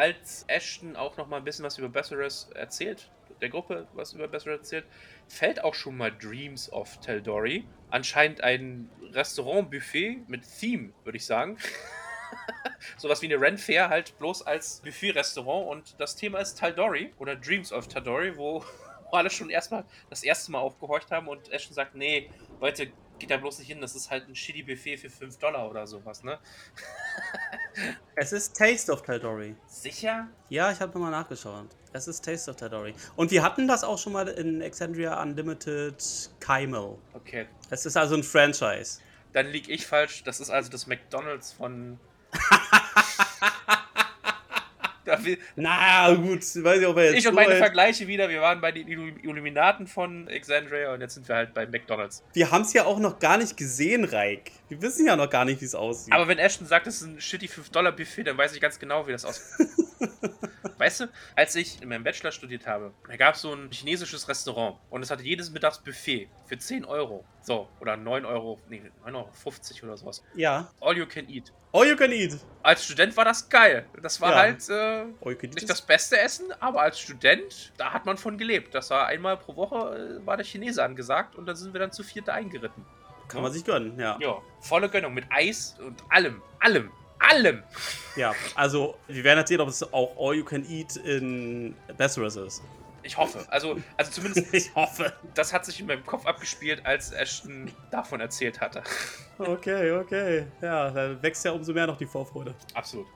als Ashton auch noch mal ein bisschen was über Besseres erzählt, der Gruppe was über Besseres erzählt, fällt auch schon mal Dreams of Teldori. Anscheinend ein Restaurant-Buffet mit Theme, würde ich sagen. Sowas wie eine Ren Fair, halt bloß als Buffet-Restaurant. Und das Thema ist Teldori oder Dreams of Teldori, wo alle schon erstmal das erste Mal aufgehorcht haben und Ashton sagt, nee, Leute, geht da bloß nicht hin, das ist halt ein shitty Buffet für 5 Dollar oder sowas, ne? Es ist Taste of Tal'Dorei. Sicher? Ja, ich habe nochmal nachgeschaut. Es ist Taste of Tal'Dorei. Und wir hatten das auch schon mal in Exandria Unlimited Kaimel. Okay. Es ist also ein Franchise. Dann lieg ich falsch, das ist also das McDonalds von. Da wir- Na gut, weiß ich, ob er jetzt. halt. ich und so meine weit- Vergleiche wieder, wir waren bei den Illu- Illuminaten von Exandria und jetzt sind wir halt bei McDonalds. wir haben es ja auch noch gar nicht gesehen, Reik. Wir wissen ja noch gar nicht, wie es aussieht. Aber wenn Ashton sagt, es ist ein shitty 5-Dollar-Buffet, dann weiß ich ganz genau, wie das aussieht. weißt du, als ich in meinem Bachelor studiert habe, da gab es so ein chinesisches Restaurant und es hatte jedes Mittagsbuffet für 10 Euro. So, oder 9 Euro, nee, 9,50 Euro oder sowas. ja. All you can eat. All you can eat. Als Student war das geil. Das war Ja. halt äh, All you can eat. nicht ist- das beste Essen, aber als Student, da hat man von gelebt. Das war einmal pro Woche, äh, war der Chinese angesagt und dann sind wir dann zu viert da eingeritten. kann man sich gönnen, ja. ja. Ja, volle Gönnung mit Eis und allem, allem, allem. Also, wir werden jetzt sehen, ob es auch All you can eat in Besseres ist. Ich hoffe. Also, also zumindest, Ich hoffe. das hat sich in meinem Kopf abgespielt, als Ashton davon erzählt hatte. Okay, okay. Ja, da wächst ja umso mehr noch die Vorfreude. Absolut.